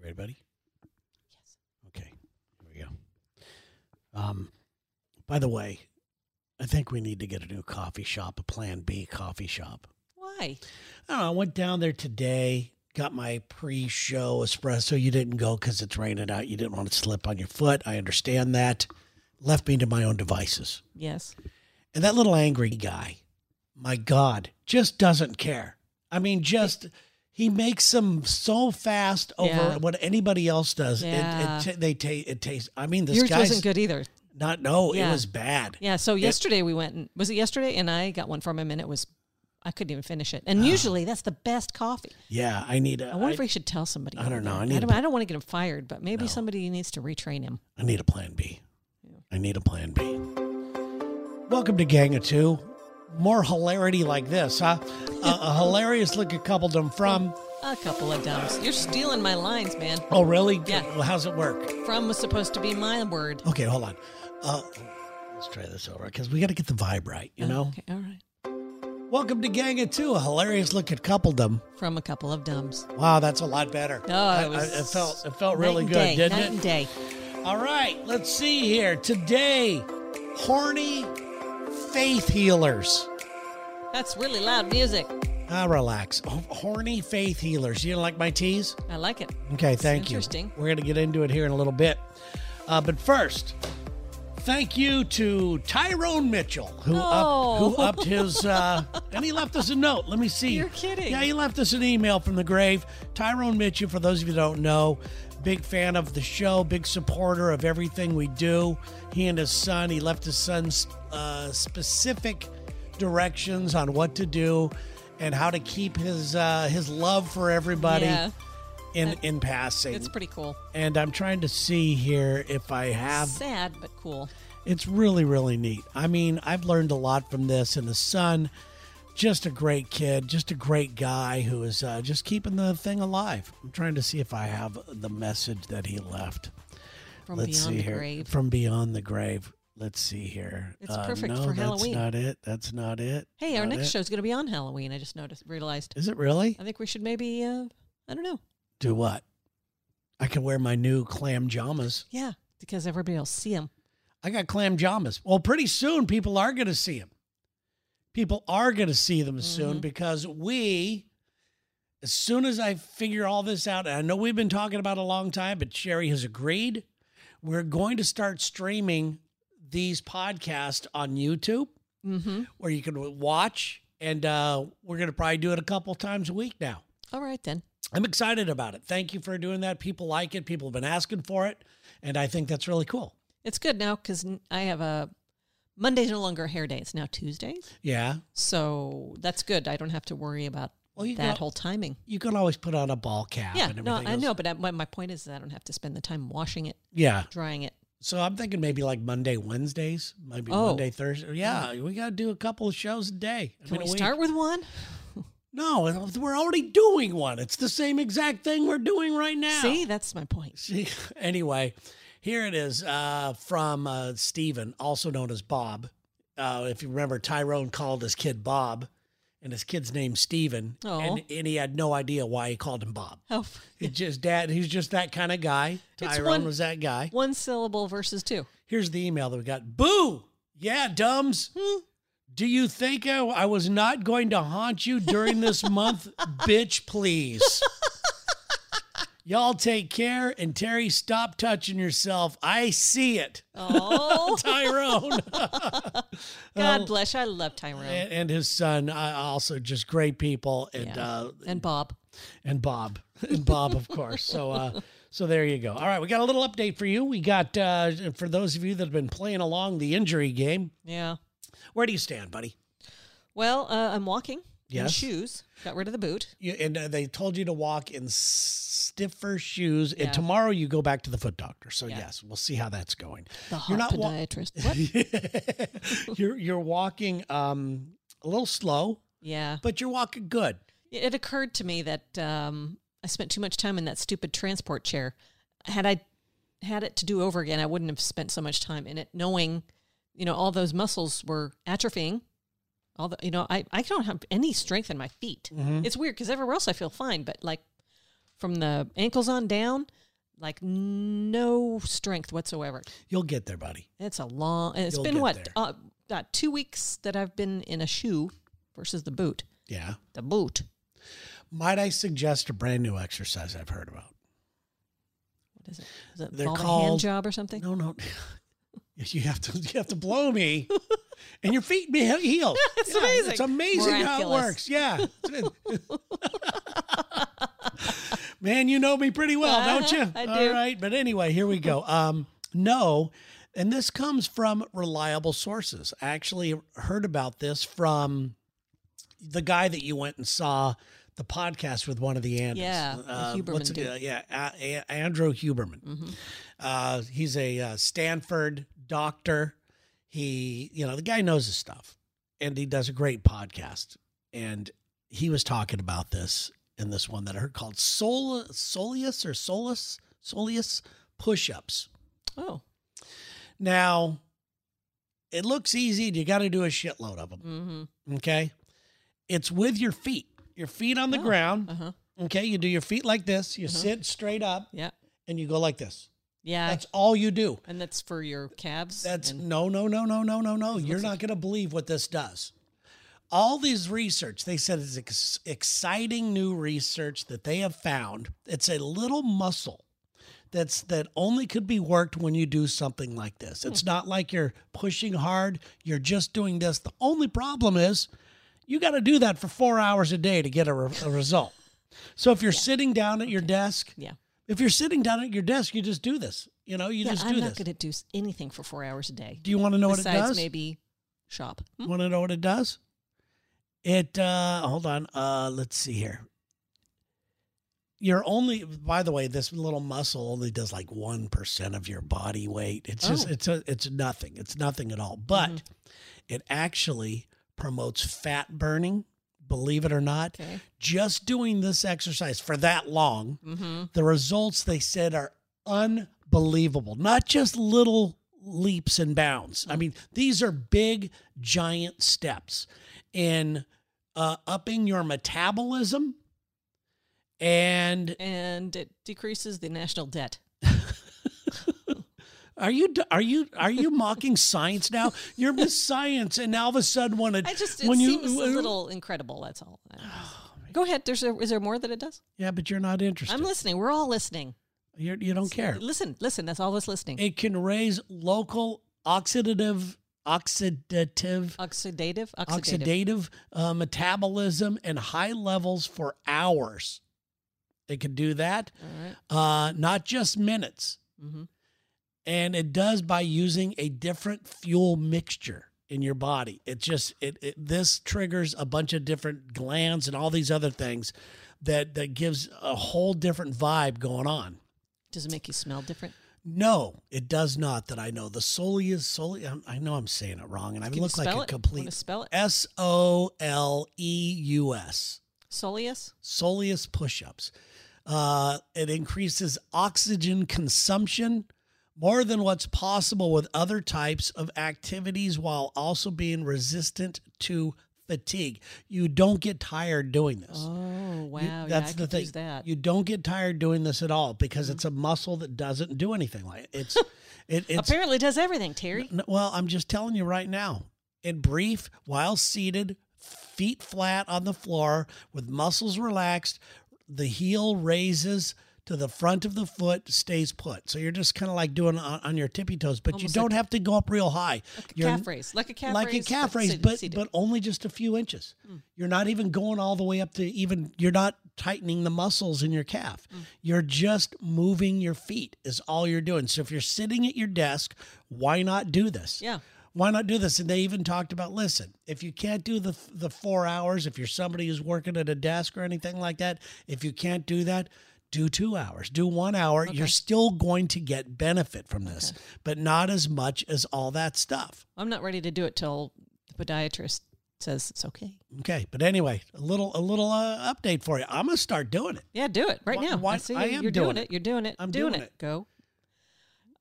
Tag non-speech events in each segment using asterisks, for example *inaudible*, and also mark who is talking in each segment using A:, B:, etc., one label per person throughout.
A: Ready, buddy? Yes. Okay. Here we go. Um, by the way, I think we need to get a new coffee shop, a Plan B coffee shop.
B: Why?
A: I don't know. I went down there today, got my pre-show espresso. You didn't go because it's raining out. You didn't want to slip on your foot. I understand that. Left me to my own devices.
B: Yes.
A: And that little angry guy, my God, just doesn't care. I mean, just he makes them so fast over
B: Yeah.
A: what anybody else does. It-
B: Yeah.
A: It, ta- they ta- it tastes. I mean, this
B: Yours
A: guy's
B: wasn't good either.
A: not. No, it
B: Yeah.
A: was bad.
B: Yeah. So yesterday we went and was it yesterday? And I got one from him and it was I couldn't even finish it. And usually that's the best coffee.
A: Yeah, I need a.
B: I wonder
A: Ah.
B: if
A: I-
B: we should tell somebody.
A: I don't
B: about
A: know.
B: that.
A: I need
B: don't,
A: to-
B: I don't want to get him fired, but maybe somebody needs to retrain him.
A: I need a plan B. I need a plan B. Welcome to Gang of Two. More hilarity like this, huh? a, a hilarious looking coupledom from.
B: A couple of dumps. You're stealing my lines, man.
A: Oh, really?
B: Yeah.
A: Well, how's it work?
B: From was supposed to be my word.
A: Okay, hold on. Uh, let's try this over because we got to get the vibe right, you know?
B: Okay, all right.
A: Welcome to Gang of Two, a hilarious looking coupledom.
B: From a couple of dumbs.
A: Wow, that's a lot better.
B: No,
A: I-
B: Oh, it was.
A: I- it felt it felt
B: night
A: really
B: and
A: good,
B: day,
A: didn't
B: night
A: it?
B: And day.
A: All right, let's see here. Today, horny faith healers.
B: That's really loud music.
A: Ah, relax. H- Horny faith healers. You don't like my teas?
B: I like it.
A: Okay, thank you.
B: interesting.
A: We're going to get into it here in a little bit. Uh, but first, thank you to Tyrone Mitchell, who, up, who
B: Oh.
A: upped his.
B: *laughs*
A: Uh, and he left us a note. Let me see.
B: You're kidding.
A: Yeah, he left us an email from the grave. Tyrone Mitchell, for those of you that don't know, big fan of the show, big supporter of everything we do. He and his son, he left his son's uh, specific directions on what to do and how to keep his uh, his love for everybody
B: Yeah.
A: in in passing.
B: It's pretty cool.
A: and I'm trying to see here if I have
B: Sad but cool.
A: it's really, really neat. I mean, I've learned a lot from this, and the son, just a great kid, just a great guy who is uh, just keeping the thing alive. I'm trying to see if I have the message that he left.
B: From
A: Let's
B: beyond
A: see
B: the
A: here.
B: grave.
A: From beyond the grave. Let's see here. Uh,
B: It's perfect
A: no,
B: for
A: that's
B: Halloween.
A: not it. That's not it.
B: Hey, our
A: Not
B: next
A: it.
B: show's going to be on Halloween. I just noticed, realized.
A: Is it really?
B: I think we should maybe, uh, I don't know.
A: Do what? I can wear my new clam jamas.
B: Yeah, because everybody will see him.
A: I got clam jamas. Well, pretty soon people are going to see them. People are going to see them soon because we, as soon as I figure all this out, and I know we've been talking about it a long time, but Sherry has agreed. We're going to start streaming these podcasts on YouTube
B: Mm-hmm.
A: where you can watch. And uh, we're going to probably do it a couple times a week now.
B: All right, then.
A: I'm excited about it. Thank you for doing that. People like it. People have been asking for it. And I think that's really cool.
B: It's good now because I have a Monday's no longer hair day. It's now Tuesdays.
A: Yeah.
B: So that's good. I don't have to worry about
A: Well, you
B: that
A: got-
B: whole timing.
A: you can always put on a ball cap
B: Yeah,
A: and
B: no,
A: everything.
B: I
A: else.
B: know, but I, my, my point is that I don't have to spend the time washing it,
A: Yeah.
B: drying it.
A: So I'm thinking maybe like Monday, Wednesdays, maybe
B: Oh.
A: Monday, Thursday. Yeah, we got to do a couple of shows a day. I
B: Can
A: mean, a
B: we
A: week.
B: start with one?
A: No, we're already doing one. It's the same exact thing we're doing right now.
B: See, that's my point.
A: See? *laughs* anyway, here it is uh, from uh, Steven, also known as Bob. Uh, if you remember, Tyrone called his kid Bob, and his kid's name's Steven.
B: Aw.
A: And, and he had no idea why he called him Bob.
B: Oh, f-
A: It just dad, he was just that kind of guy.
B: It's
A: Tyrone
B: one-
A: was that guy.
B: one syllable
A: *laughs*
B: versus two.
A: Here's the email that we got. Boo! Yeah, dumbs. Do you think I, I was not going to haunt you during this month? Bitch, please. Y'all take care. And Terry, stop touching yourself. I see it.
B: Oh,
A: Tyrone
B: God bless. you. I love Tyrone
A: and, and his son, uh, also just great people. And
B: Yeah.
A: uh,
B: and Bob.
A: and Bob and Bob, of course. So, uh, so there you go. All right, we got a little update for you. We got uh, for those of you that have been playing along the injury game.
B: Yeah.
A: Where do you stand, buddy?
B: Well, uh, I'm walking. in
A: Yes.
B: shoes. Got rid of the boot.
A: You, and uh, they told you to walk in stiffer shoes.
B: Yeah.
A: And tomorrow you go back to the foot doctor. So
B: Yeah.
A: yes, we'll see how that's going.
B: The hot
A: wa-
B: podiatrist. *laughs*
A: *laughs*
B: what?
A: you're you're walking um, a little slow,
B: Yeah.
A: but you're walking good.
B: It it occurred to me that um, I spent too much time in that stupid transport chair. Had I had it to do over again, I wouldn't have spent so much time in it, knowing, you know, all those muscles were atrophying. All Mm-hmm. the, you know, I, I don't have any strength in my feet. It's weird because everywhere else I feel fine, but like from the ankles on down, like no strength whatsoever.
A: You'll get there, buddy.
B: It's a long. It's
A: You'll
B: been
A: get
B: what
A: there.
B: uh, about two weeks that I've been in a shoe versus the boot.
A: Yeah.
B: The boot.
A: Might I suggest a brand new exercise I've heard about?
B: What is it? Is it
A: They're
B: called a hand
A: called-
B: job or something?
A: No,
B: *laughs*
A: no. You have to you have to blow me, and your feet be
B: *laughs*
A: heal.
B: It's
A: Yeah,
B: amazing.
A: It's amazing how it
B: Miraculous.
A: works. Yeah. *laughs* Man, you know me pretty well, don't
B: Uh-huh,
A: you?
B: I
A: All
B: do.
A: right. But anyway, here we go. Um, no, and this comes from reliable sources. I actually heard about this from the guy that you went and saw the podcast with one of the Andes.
B: Yeah, the
A: Uh,
B: Huberman
A: what's it-
B: dude.
A: uh, yeah, A- A- Andrew Huberman.
B: Mm-hmm.
A: Uh, he's a uh, Stanford doctor. He, you know, the guy knows his stuff and he does a great podcast. And he was talking about this in this one that I heard called Sol- Soleus or Solus, Soleus push ups.
B: Oh.
A: Now, it looks easy. and You got to do a shitload of them.
B: Mm-hmm.
A: Okay. It's with your feet, your feet on the
B: Oh.
A: ground.
B: Uh huh.
A: Okay. You do your feet like this. You
B: Uh-huh.
A: sit straight up
B: Yeah.
A: and you go like this.
B: Yeah.
A: That's all you do.
B: and that's for your calves.
A: That's
B: and,
A: no, no, no, no, no, no, no.
B: It
A: You're
B: looks
A: not
B: like-
A: going to believe what this does. All these research, they said, is ex- exciting new research that they have found. It's a little muscle that's that only could be worked when you do something like
B: Hmm.
A: this. It's not like you're pushing hard. You're just doing this. The only problem is you got to do that for four hours a day to get a, re- a result. So if you're sitting down at your desk,
B: yeah.
A: if you're sitting down at your desk, you just do this. You know, you
B: yeah.
A: just
B: I'm
A: do
B: not
A: this.
B: going to do s- anything for four hours a day.
A: do you want to know what it
B: besides
A: does?
B: maybe shop. Hmm?
A: Want to know what it does? It uh hold on. Uh let's see here. You're only by the way, this little muscle only does like one percent of your body weight. It's just
B: Oh.
A: it's a, it's nothing. It's nothing at all. But
B: Mhm.
A: it actually promotes fat burning, believe it or not.
B: Okay.
A: Just doing this exercise for that long,
B: Mm-hmm.
A: the results they said are unbelievable. Not just little leaps and bounds. I mean, these are big, giant steps in uh, upping your metabolism and
B: And it decreases the national debt.
A: Are you are you are you
B: *laughs*
A: mocking science now? You're Miss Science, and now all of a sudden, when it
B: I just it
A: when you Oh,
B: seems a little incredible. That's
A: *sighs*
B: all. I don't know. Go ahead. There's a, is there more that it does?
A: yeah, but you're not interested.
B: I'm listening. We're all listening.
A: You're, you don't care.
B: Listen, listen. That's all of us listening.
A: It can raise local oxidative oxidative
B: Oxidative. Oxidative.
A: oxidative, uh, metabolism and high levels for hours. It can do that,
B: All right.
A: uh, not just minutes.
B: Mm-hmm.
A: and it does by using a different fuel mixture in your body it just it, it this triggers a bunch of different glands and all these other things that that gives a whole different vibe going on
B: Does it make you smell different?
A: no it does not that i know the soleus soleus I'm- i know i'm saying it wrong and i
B: Can
A: look
B: you
A: like
B: spell
A: a
B: it? Want to
A: complete
B: spell it?
A: s-o-l-e-u-s
B: Soleus.
A: E soleus push-ups. Uh, it increases oxygen consumption more than what's possible with other types of activities while also being resistant to fatigue. You don't get tired doing this.
B: Oh wow.
A: You-
B: yeah, I could Use that. Mm-hmm.
A: You don't get tired doing this at all because it's a muscle that doesn't do anything like it.
B: *laughs*
A: It's it, it's
B: Apparently, it does everything, Terry.
A: N- well, I'm just telling you right now. In brief, while seated, feet flat on the floor with muscles relaxed, the heel raises to the front of the foot, stays put. So you're just kind of like doing on, on your tippy toes, but you
B: Almost
A: don't
B: like-
A: have to go up real high. You're
B: calf raise, like a calf
A: like
B: raise,
A: a calf
B: but
A: raise,
B: seated-
A: but
B: seated.
A: but only just a few inches.
B: Hmm.
A: You're not even going all the way up to even. You're not tightening the muscles in your calf.
B: Hmm.
A: You're just moving your feet is all you're doing. So if you're sitting at your desk, why not do this?
B: yeah.
A: Why not do this? And they even talked about listen, if you can't do the the four hours, if you're somebody who's working at a desk or anything like that, if you can't do that, do two hours, do one hour. You're still going to get benefit from this, but not as much as all that stuff.
B: I'm not ready to do it till the podiatrist says it's okay.
A: Okay, but anyway, a little a little uh, update for you. I'm gonna start doing it.
B: Yeah, do it right
A: Why-
B: now.
A: why-
B: I see you.
A: I am
B: You're
A: doing
B: doing,
A: it.
B: it. You're doing it.
A: I'm
B: doing,
A: doing
B: it.
A: it.
B: Go.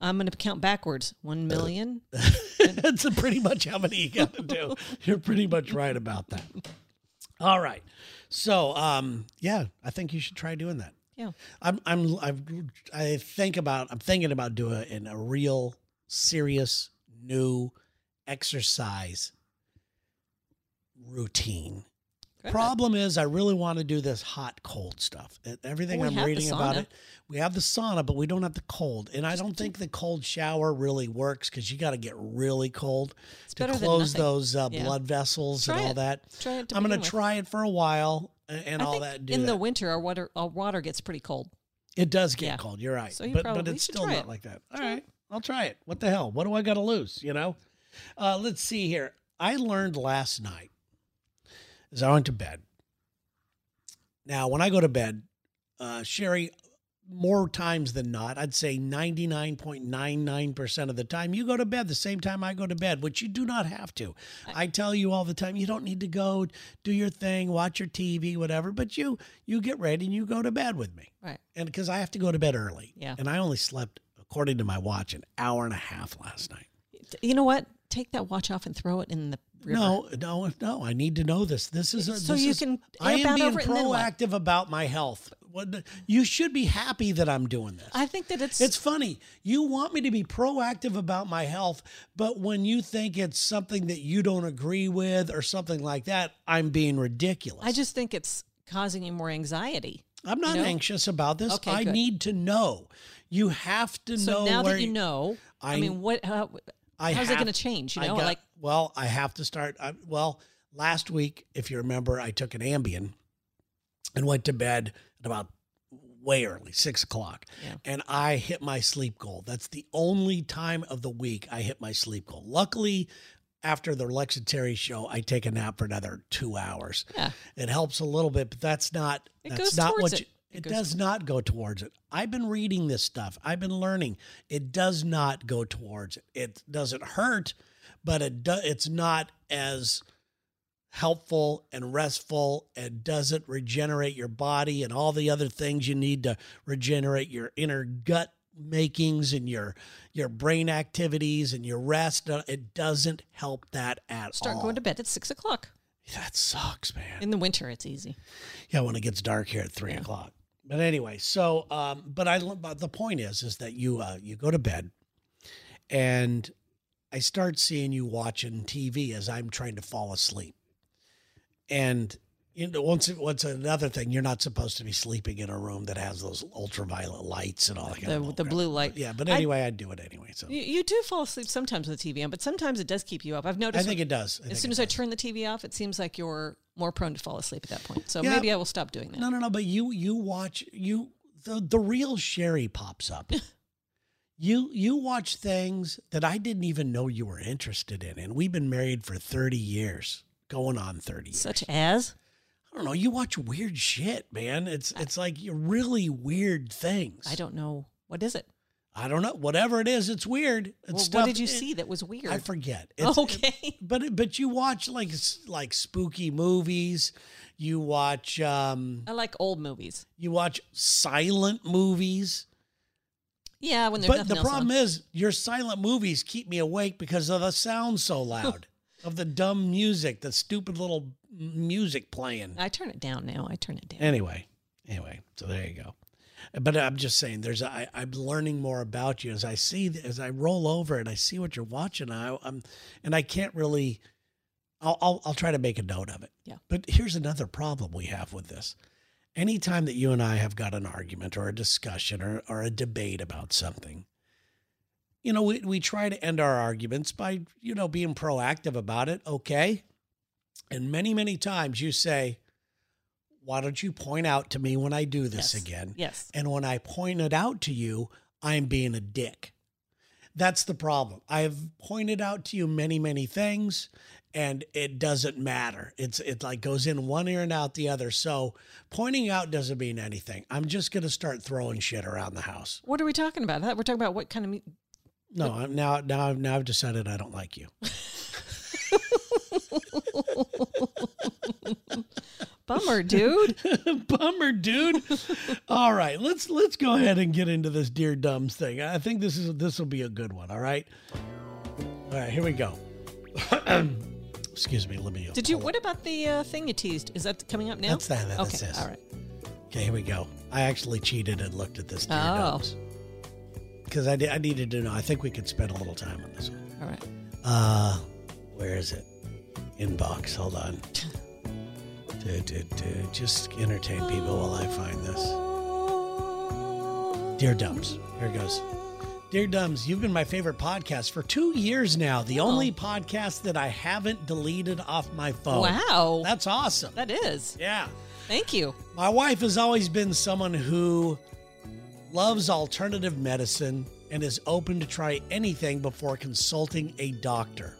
B: I'm going to count backwards.
A: *laughs*
B: One million.
A: That's pretty much how many you got to do. You're pretty much right about that. All right, so um, yeah, I think you should try doing that.
B: Yeah.
A: I'm I'm I've, I think about I'm thinking about doing in a real serious new exercise routine.
B: Good.
A: Problem is, I really want to do this hot cold stuff. E- Everything
B: Well, we
A: I'm
B: have the
A: reading about
B: sauna.
A: it, we have the sauna, but we don't have the cold. And I
B: Just
A: don't
B: do-
A: think the cold shower really works because you got to get really cold
B: It's
A: to
B: better
A: close
B: than nothing.
A: those uh,
B: Yeah.
A: blood vessels
B: Try
A: and all
B: it.
A: that.
B: Try it to
A: I'm going
B: begin
A: to
B: with.
A: try it for a while a- and,
B: I
A: all
B: think
A: that. Do
B: in
A: that.
B: the winter, our water our water gets pretty cold.
A: It does get
B: Yeah.
A: cold. You're right.
B: So you
A: but, but
B: probably
A: it's
B: should
A: still
B: try
A: not
B: it.
A: like that. All right. I'll try it. What the hell? What do I got to lose? You know? Uh, let's see here. I learned last night as I went to bed. Now, when I go to bed, uh, Sherry, more times than not, I'd say 99.99% of the time, you go to bed the same time I go to bed, which you do not have to. I tell you all the time, you don't need to go do your thing, watch your TV, whatever, but you you get ready and you go to bed with me
B: Right.
A: and because I have to go to bed early.
B: Yeah.
A: And I only slept, according to my watch, an hour and a half last night.
B: You know what? Take that watch off and throw it in the river.
A: No, no, no. I need to know this. This is a,
B: So
A: this
B: you
A: is-
B: can
A: I
B: amp
A: am
B: out
A: being
B: over it and then what?
A: proactive about my health. What the- You should be happy that I'm doing this.
B: I think that it's,
A: It's funny. You want me to be proactive about my health, but when you think it's something that you don't agree with or something like that, I'm being ridiculous.
B: I just think it's causing you more anxiety.
A: I'm not
B: know?
A: anxious about this.
B: Okay,
A: I
B: good.
A: need to know. You have to
B: So
A: know
B: now
A: where
B: that you know, I,
A: I-
B: mean, what? How,
A: I
B: how's it
A: have-
B: going to change? You
A: I
B: know,
A: got-
B: like
A: well, I have to start. I, well, last week, if you remember, I took an Ambien and went to bed at about way early, six o'clock,
B: Yeah.
A: and I hit my sleep goal. That's the only time of the week I hit my sleep goal. Luckily. After the Lex Terry show, I take a nap for another two hours.
B: Yeah.
A: It helps a little bit, but that's not
B: It
A: that's
B: goes
A: not
B: towards
A: what
B: it.
A: you-
B: It
A: it
B: goes
A: does not go towards it. I've been reading this stuff. I've been learning. It does not go towards it. It doesn't hurt, but it do, it's not as helpful and restful and doesn't regenerate your body and all the other things you need to regenerate your inner gut makings and your your brain activities and your rest Uh, it doesn't help that at
B: start
A: all
B: going to bed at six o'clock
A: that sucks man
B: in the winter. It's easy.
A: yeah, when it gets dark here at three
B: Yeah.
A: o'clock. But anyway, so um, but I lo- but the point is is that you uh, you go to bed, and I start seeing you watching TV as I'm trying to fall asleep, and you know once once another thing you're not supposed to be sleeping in a room that has those ultraviolet lights and all that. kind of
B: The
A: bull
B: the
A: crap.
B: blue light.
A: Yeah, but
B: I-
A: anyway, I, do it anyway. So
B: You, you do fall asleep sometimes with the TV on, but sometimes it does keep you up. I've noticed.
A: I
B: when-
A: think it does. I
B: as
A: think
B: soon
A: it
B: as I
A: does.
B: turn the TV off, it seems like you're more prone to fall asleep at that point. So
A: Yeah.
B: maybe I will stop doing that.
A: No, no, no. But you you watch you the the real Sherry pops
B: *laughs*
A: up. you you watch things that I didn't even know you were interested in, and we've been married for thirty years, going on thirty years.
B: Such as
A: I don't know. You watch weird shit, man. It's it's like you're really weird things.
B: I don't know what is it.
A: I don't know. Whatever it is, it's weird. It's
B: Well,
A: stuff-
B: what did you
A: it-
B: see that was weird? *laughs*
A: I forget.
B: Okay.
A: but but you watch like s- like spooky movies. You watch um
B: I like old movies.
A: you watch silent movies.
B: Yeah, when there's
A: But
B: nothing
A: the
B: else
A: problem
B: on.
A: is, your silent movies keep me awake because of the sound
B: *laughs*
A: so loud, of the dumb music, the stupid little m- music playing.
B: I turn it down now. I turn it down.
A: Anyway, anyway, so there you go. But I'm just saying, there's I, I'm learning more about you as I see as I roll over and I see what you're watching. I, I'm and I can't really. I'll, I'll I'll try to make a note of it.
B: Yeah.
A: But here's another problem we have with this. Anytime that you and I have got an argument or a discussion or, or a debate about something, you know, we, we try to end our arguments by, you know, being proactive about it. Okay. And many, many times you say, why don't you point out to me when I do this
B: yes.
A: again?
B: Yes.
A: And when I point it out to you, I'm being a dick. That's the problem. I've pointed out to you many, many things, and it doesn't matter. It's it like goes in one ear and out the other. So pointing out doesn't mean anything. I'm just gonna start throwing shit around the house.
B: What are we talking about? I thought We're talking about what kind of. mu-
A: No, I'm now now I've now I've decided I don't like you. *laughs*
B: Bummer, dude.
A: Bummer, dude. all right, let's let's go ahead and get into this dear dumbs thing. I think this is this will be a good one. All right. All right, here we go. *clears throat* Excuse me. Let me.
B: Did you? What about the uh, thing you teased? Is that coming up now?
A: That's that- that's
B: okay.
A: this.
B: All right.
A: Okay, here we go. I actually cheated and looked at this deer
B: Oh.
A: because I, did- I needed to know. I think we could spend a little time on this one.
B: All right.
A: Uh, where is it? Inbox. Hold on. Du- du- du. Just entertain people while I find this. Dear Dumbs. Here it goes. Dear Dumbs, you've been my favorite podcast for two years now. The only
B: Oh.
A: podcast that I haven't deleted off my phone.
B: Wow.
A: That's awesome.
B: that is.
A: yeah.
B: Thank you.
A: My wife has always been someone who loves alternative medicine and is open to try anything before consulting a doctor.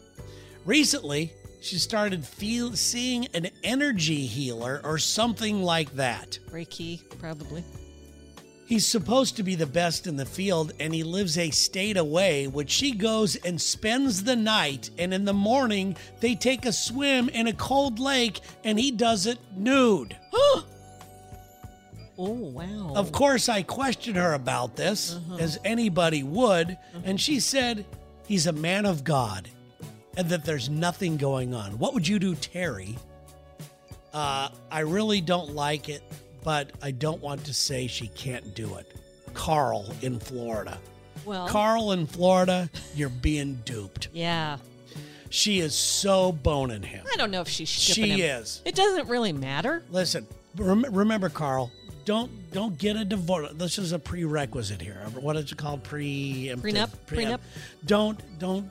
A: Recently, she started feel, seeing an energy healer or something like that.
B: Reiki, probably.
A: He's supposed to be the best in the field and he lives a state away, which she goes and spends the night. And in the morning, they take a swim in a cold lake and he does it nude.
B: Oh, wow.
A: Of course, I questioned her about this, as anybody would, and she said, He's a man of God and that there's nothing going on. What would you do, Terry? Uh, I really don't like it, but I don't want to say she can't do it. Carl in Florida.
B: Well,
A: Carl in Florida, you're being duped.
B: yeah.
A: She is so boning him.
B: I don't know if she's shipping
A: She
B: him.
A: is.
B: It doesn't really matter.
A: Listen, rem- remember, Carl. Don't don't get a divorce. This is a prerequisite here. What is it called? Pre
B: Prenup? Prenup?
A: Don't don't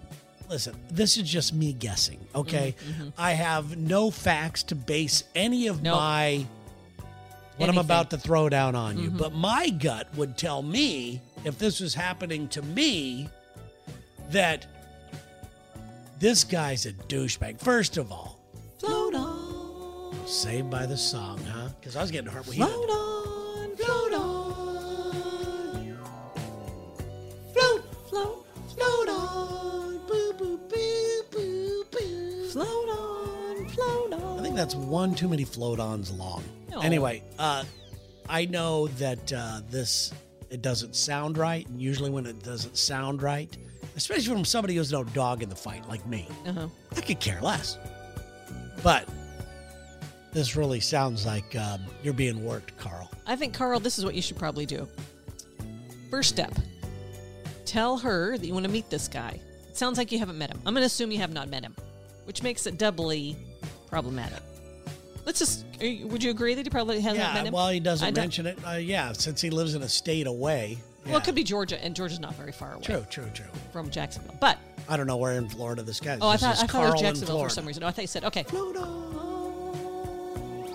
A: listen. This is just me guessing. Okay, I have no facts to base any of
B: Mm-hmm, Nope.
A: my what
B: Anything. Mm-hmm.
A: I'm about to throw down on you. But my gut would tell me if this was happening to me that this guy's a douchebag. First of all,
B: Float on,
A: saved by the song, huh? Because I was getting hurt. Well, he-
B: float on, float on. Float, float, float on. Boo, boo, boo, boo, boo. Float on, float on.
A: I think that's one too many float ons long.
B: No.
A: Anyway, uh, I know that uh, this it doesn't sound right, and usually when it doesn't sound right, especially from somebody who's no dog in the fight like me,
B: Uh-huh.
A: I could care less. But this really sounds like um, you're being worked, Carl.
B: I think, Carl, this is what you should probably do. First step tell her that you want to meet this guy. It sounds like you haven't met him. I'm going to assume you have not met him, which makes it doubly problematic. Let's just, are you- would you agree that you probably hasn't met
A: Yeah,
B: him?
A: well, he
B: I
A: doesn't
B: don't-
A: mention it. Uh, yeah, since he lives in a state away.
B: Well, it
A: Yeah.
B: could be Georgia, and Georgia's not very far away
A: true, true, true.
B: from Jacksonville. But,
A: I don't know where in Florida this guy.
B: oh, I
A: this
B: thought,
A: is
B: I thought it
A: Carl
B: was
A: in
B: Jacksonville for
A: Florida.
B: some reason. No, I thought you said, okay.
A: Float on.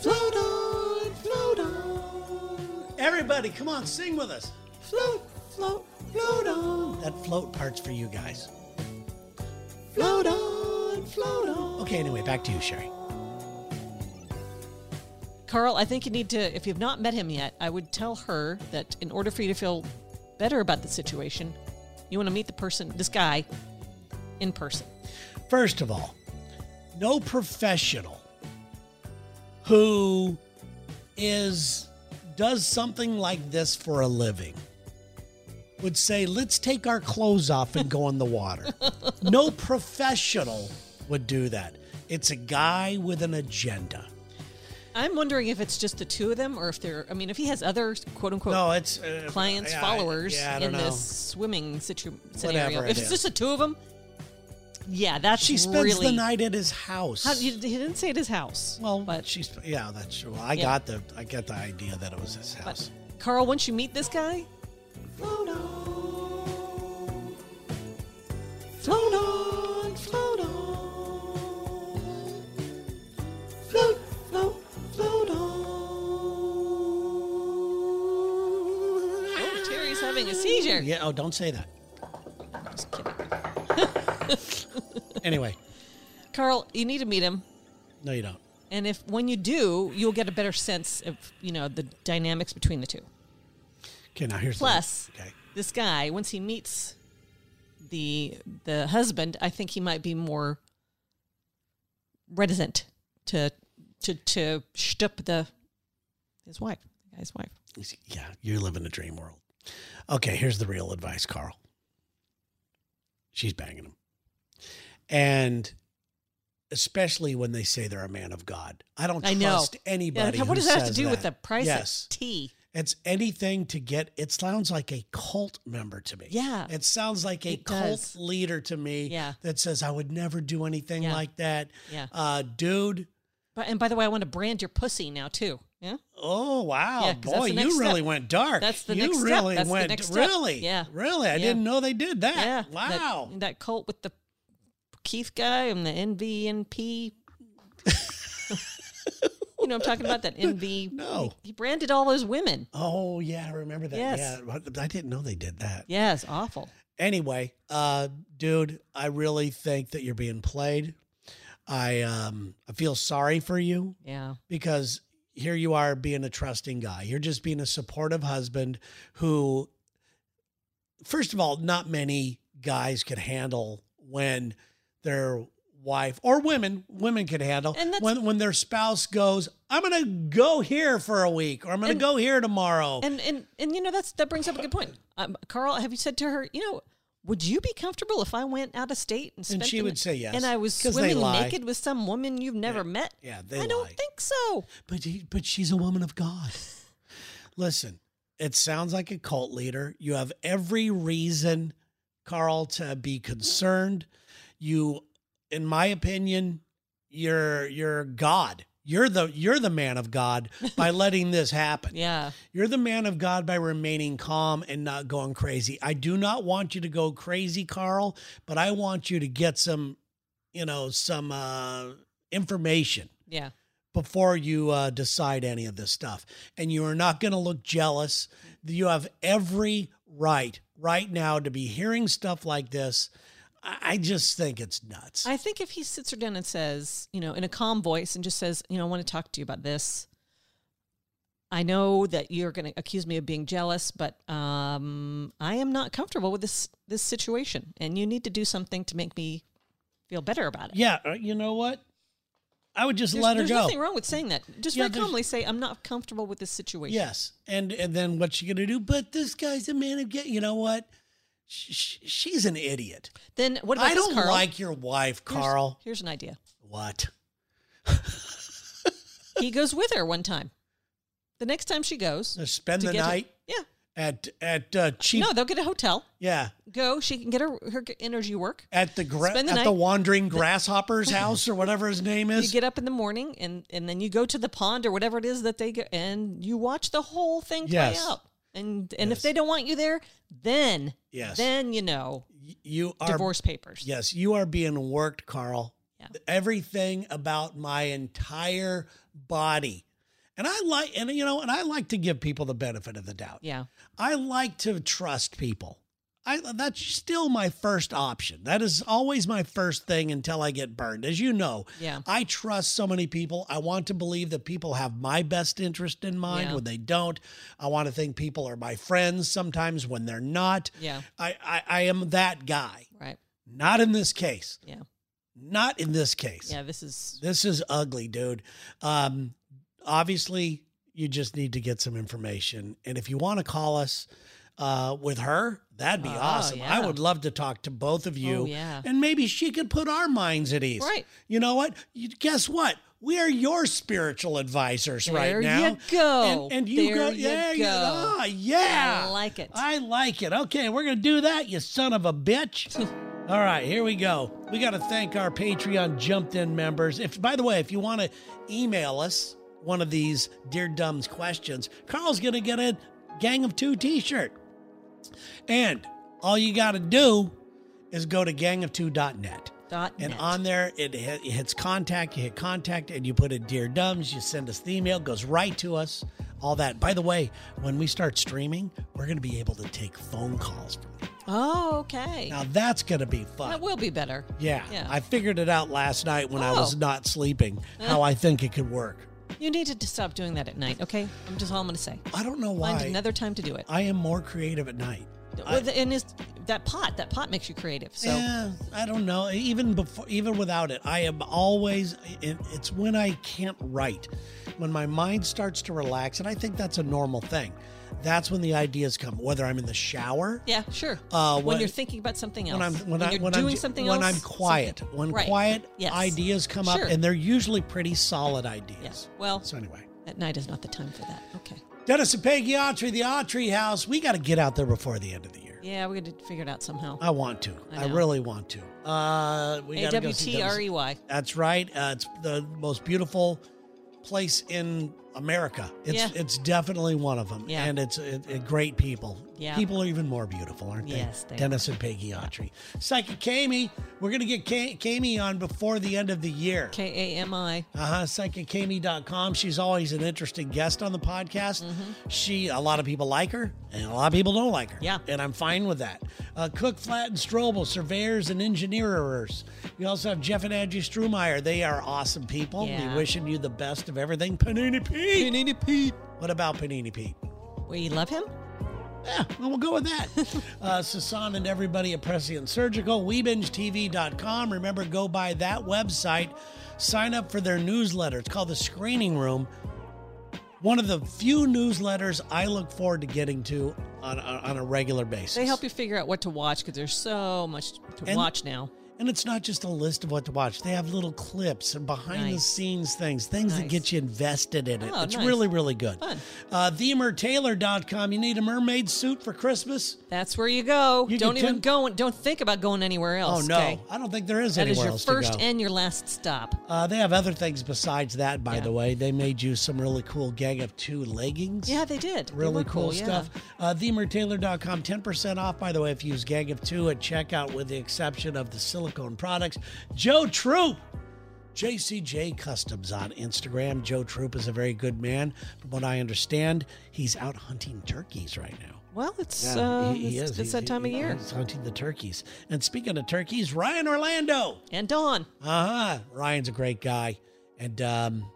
B: Float on, float on,
A: Everybody, come on, sing with us.
B: float, float, float on,
A: That float part's for you guys.
B: float on, float on.
A: Okay, anyway, back to you, Sherry.
B: Carl, I think you need to, if you've not met him yet, I would tell her that in order for you to feel better about the situation, you want to meet the person, this guy, in person.
A: First of all, no professional who is does something like this for a living would say, "Let's take our clothes off and go in the water."
B: *laughs*
A: no professional would do that. It's a guy with an agenda.
B: I'm wondering if it's just the two of them or if they're, I mean, if he has other quote unquote
A: No, it's uh,
B: Oh, clients,
A: yeah, I-
B: followers
A: yeah, I don't
B: in
A: know.
B: this swimming situ- scenario.
A: Whatever it
B: if it's
A: is.
B: just the two of them, yeah, that's
A: She spends
B: really.
A: the night at his house.
B: How, you, he didn't say at his house.
A: well,
B: but
A: she's yeah, that's true. I
B: Yeah.
A: got the I got the idea that it was his
B: But
A: house.
B: Carl, once you meet this guy, float float on, float on, float, float, float on. Oh, Terry's having a seizure.
A: yeah. Oh, don't say that.
B: Just kidding.
A: Anyway,
B: Carl, you need to meet him.
A: no, you don't.
B: And if when you do, you'll get a better sense of you know the dynamics between the two.
A: Okay, now here's the-
B: Plus,
A: okay.
B: this guy, once he meets the the husband, I think he might be more reticent to to to shtup the his wife, the guy's wife.
A: You see- Yeah, you live in a dream world. Okay, here's the real advice, Carl. She's banging him, and especially when they say they're a man of God. I don't
B: I know.
A: trust
B: Yeah,
A: anybody.
B: what
A: who
B: does that have to
A: says
B: do with the
A: that.
B: price
A: Yes.
B: of tea?
A: It's anything to get it sounds like a cult member to me.
B: Yeah.
A: It sounds like a
B: It
A: cult
B: does.
A: leader to me
B: Yeah.
A: that says I would never do anything
B: Yeah.
A: like that.
B: Yeah.
A: Uh dude,
B: But, and by the way, I want to brand your pussy now too. Yeah.
A: oh wow.
B: Yeah, 'cause that's
A: Boy,
B: the next
A: you really
B: step.
A: went dark.
B: That's the
A: you
B: next step.
A: really
B: That's the
A: went
B: next step.
A: really.
B: Yeah.
A: Really. I
B: Yeah.
A: didn't know they did that.
B: yeah. that-
A: Wow.
B: That, cult with the Keith guy and the NVNP.
A: *laughs*
B: you know, I'm talking about that NV.
A: No.
B: He branded all those women.
A: Oh yeah, I remember that.
B: Yes.
A: Yeah. but I didn't know they did that.
B: Yeah, it's awful.
A: anyway, uh, dude, I really think that you're being played. I um, I feel sorry for you
B: Yeah.
A: because here you are being a trusting guy. You're just being a supportive husband who, first of all, not many guys could handle when their wife or women women could handle
B: And that's-
A: when when their spouse goes i'm gonna go here for a week or i'm gonna
B: And-
A: go here tomorrow
B: And and and you know that's that brings up a good point. Um, Carl, have you said to her, you know, would you be comfortable if I went out of state and spent
A: she
B: the
A: would
B: night-
A: say yes,
B: and I was
A: 'cause they
B: swimming
A: lie.
B: naked with some woman you've never met?
A: yeah they
B: I don't
A: lie.
B: think so.
A: But he, but she's a woman of God. Listen, it sounds like a cult leader. You have every reason, Carl, to be concerned. You, in my opinion, you're you're God. You're the you're the man of God by letting this happen.
B: Yeah.
A: You're the man of God by remaining calm and not going crazy. I do not want you to go crazy, Carl, but I want you to get some, you know, some uh, information
B: Yeah.
A: before you uh, decide any of this stuff. And you are not going to look jealous. You have every right right now to be hearing stuff like this. I, I just think it's nuts.
B: I think if he sits her down and says, you know, in a calm voice and just says, you know, I want to talk to you about this. I know that you're going to accuse me of being jealous, but um, I am not comfortable with this this situation, and you need to do something to make me feel better about it.
A: yeah, uh, you know what? I would just
B: There's,
A: let her
B: there's
A: go.
B: nothing wrong with saying that. Just
A: Yeah,
B: very
A: there's-
B: calmly say, "I'm not comfortable with this situation."
A: Yes, and and then what's she going to do? But this guy's a man of get. You know what? Sh- sh- She's an idiot.
B: Then what about
A: I
B: this,
A: don't
B: Carl?
A: like your wife,
B: Here's-
A: Carl.
B: Here's, an idea.
A: What?
B: He goes with her one time. The next time
A: *laughs*
B: she goes
A: So spend
B: to
A: the
B: get her-
A: night
B: yeah.
A: at at uh, cheap.
B: No, they'll get a hotel.
A: Yeah,
B: Go. She can get her her energy work.
A: at the gra-
B: Spend the
A: at
B: night.
A: the wandering
B: *laughs*
A: grasshopper's house or whatever his name
B: you
A: is.
B: get up in the morning and and then you go to the pond or whatever it is that they go and you watch the whole thing play
A: Yes.
B: out and and
A: Yes.
B: if they don't want you there then
A: Yes.
B: then you know
A: Y- you are
B: divorce papers
A: yes, you are being worked, Carl.
B: Yeah.
A: Everything about my entire body. And I like and you know, and I like to give people the benefit of the doubt.
B: yeah
A: I like to trust people. I that's still my first option. That is always my first thing until I get burned. As you know,
B: Yeah.
A: I trust so many people. I want to believe that people have my best interest in mind
B: Yeah.
A: when they don't. I want to think people are my friends sometimes when they're not.
B: yeah
A: I, I, I am that guy.
B: right
A: Not in this case.
B: yeah
A: Not in this case.
B: yeah this is
A: This is ugly, dude. Um, obviously, you just need to get some information. And if you want to call us uh, with her, that'd be
B: Oh,
A: awesome. I
B: yeah.
A: would love to talk to both of you.
B: Oh, yeah.
A: And maybe she could put our minds at ease.
B: Right.
A: You know what? You, guess what? We are your spiritual advisors
B: There
A: right
B: you
A: now.
B: go.
A: And, and you
B: There
A: go.
B: you
A: yeah,
B: go.
A: ah, yeah.
B: I like it.
A: I like it. Okay, we're going to do that, you son of a
B: *laughs*
A: bitch. All right, here we go. We got to thank our Patreon jumped in members. If by the way, if you want to email us one of these dear dumbs questions, Carl's going to get a gang of 2 t-shirt. And all you got to do is go to gangoftwo.net.
B: dot
A: And
B: net.
A: on there, it, hi- it hits contact. You hit contact, and you put in "Dear Dumbs." You send us the email, goes right to us. All that. By the way, when we start streaming, we're going to be able to take phone calls from you.
B: oh okay
A: Now that's going to be
B: that
A: fun.
B: will be better
A: yeah,
B: yeah.
A: I figured it out last night when I
B: Oh.
A: was not sleeping how I think it could work.
B: you needed to stop doing that at night okay i'm just all i'm gonna say
A: I don't know
B: find
A: why. Uh,
B: another time to do it
A: I am more creative at night. I-
B: Well, the- and is that pot. That pot makes you creative. So
A: yeah, I don't know. Even before, even without it, I am always. It, it's when I can't write, when my mind starts to relax, and I think that's a normal thing. That's when the ideas come. Whether I'm in the shower,
B: yeah, sure.
A: Uh,
B: when,
A: when-
B: you're thinking about something else,
A: when I'm when, I
B: you're
A: when
B: doing
A: I'm
B: something
A: when
B: else,
A: I'm quiet,
B: something-
A: when
B: Right.
A: quiet
B: Yes.
A: ideas come
B: Sure.
A: up, and they're usually pretty solid ideas.
B: Yes. Well,
A: So anyway,
B: at night is not the time for that. Okay.
A: Dennis and Peggy Autry, the Autry House. We got to get out there before the end of the year.
B: Yeah, we're gonna figure it out somehow.
A: I want to.
B: I
A: I,
B: know.
A: really want to. Uh, we
B: A
A: got to
B: W
A: go see
B: T R
A: Dennis.
B: E Y.
A: That's right. Uh, it's the most beautiful place in America. It's
B: Yeah.
A: it's definitely one of them,
B: Yeah.
A: and it's it, it- great people.
B: Yeah.
A: People are even more beautiful, aren't they?
B: Yes, they
A: Dennis and Peggy Autry, Psychic Kami. We're gonna get Ka- Kami on before the end of the year.
B: K A M I.
A: Uh-huh, psychicamy.com. She's always an interesting guest on the podcast. She a lot of people like her and a lot of people don't like her.
B: Mm-hmm. Yeah.
A: And I'm fine with that. Uh, Cook, Flat, and Strobel, surveyors and engineerers. We also have Jeff and Angie Strumeyer. They are awesome people.
B: Yeah.
A: We wishing you the best of everything. Panini Pete.
B: Panini Pete.
A: What about Panini Pete?
B: We love him.
A: Yeah, well, we'll go with
B: *laughs*
A: that. uh, Sasan and everybody at Prescient Surgical, WeBingeTV.com. Remember, go by that website, sign up for their newsletter. It's called The Screening Room. One of the few newsletters I look forward to getting to on, on, on a regular basis.
B: They help you figure out what to watch because there's so much to
A: And-
B: watch now.
A: And it's not just a list of what to watch. They have little clips and behind the
B: Nice.
A: scenes things, things that
B: Nice.
A: get you invested in it.
B: Oh,
A: it's
B: nice.
A: really, really good.
B: Fun.
A: Uh, TheMerTaylor.com. You need a mermaid suit for Christmas?
B: That's where you go.
A: You
B: don't
A: get
B: even
A: ten-
B: go. Don't think about going anywhere
A: Oh,
B: else.
A: no.
B: okay?
A: I don't think there is
B: That is
A: anywhere
B: your
A: else
B: first
A: to go.
B: and your last stop.
A: Uh, they have other things besides that, by
B: Yeah.
A: the way. They made you some really cool gang of two leggings.
B: Yeah, they did. They
A: Really
B: were
A: cool,
B: yeah.
A: stuff. Uh, TheMerTaylor.com, 10% off, by the way, if you use Gang of Two at checkout, with the exception of the silicone products. Joe Troop, JCJ Customs on Instagram. Joe Troop is a very good man. From what I understand, he's out hunting turkeys right now.
B: Well, it's
A: Yeah,
B: uh,
A: he- he
B: it's,
A: is.
B: it's
A: He-
B: that
A: he-
B: time of year.
A: He's hunting the turkeys. And speaking of turkeys, Ryan Orlando.
B: And Dawn.
A: Uh huh. Ryan's a great guy, and um,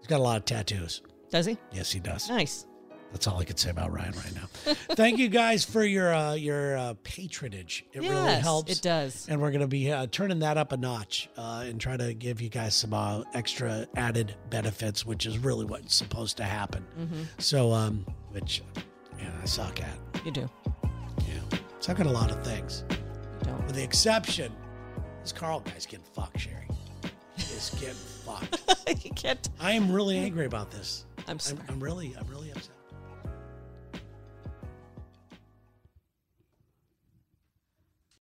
A: he's got a lot of tattoos.
B: Does he?
A: Yes, he does.
B: Nice.
A: That's all I can say about Ryan right
B: *laughs*
A: now. Thank you guys for your uh, your uh, patronage. It really
B: Yes,
A: helps.
B: it does.
A: And we're going to be uh, turning that up a notch uh, and try to give you guys some uh, extra added benefits, which is really what's supposed to happen.
B: Mm-hmm.
A: So, um, which yeah, I suck at.
B: You do.
A: Yeah, suck at a lot of things
B: *laughs* You don't.
A: with the exception, this Carl guy's getting fucked, Sherry. He's getting fucked.
B: you can't.
A: I am really angry about this.
B: I'm sorry.
A: I'm, I'm really, I'm really upset.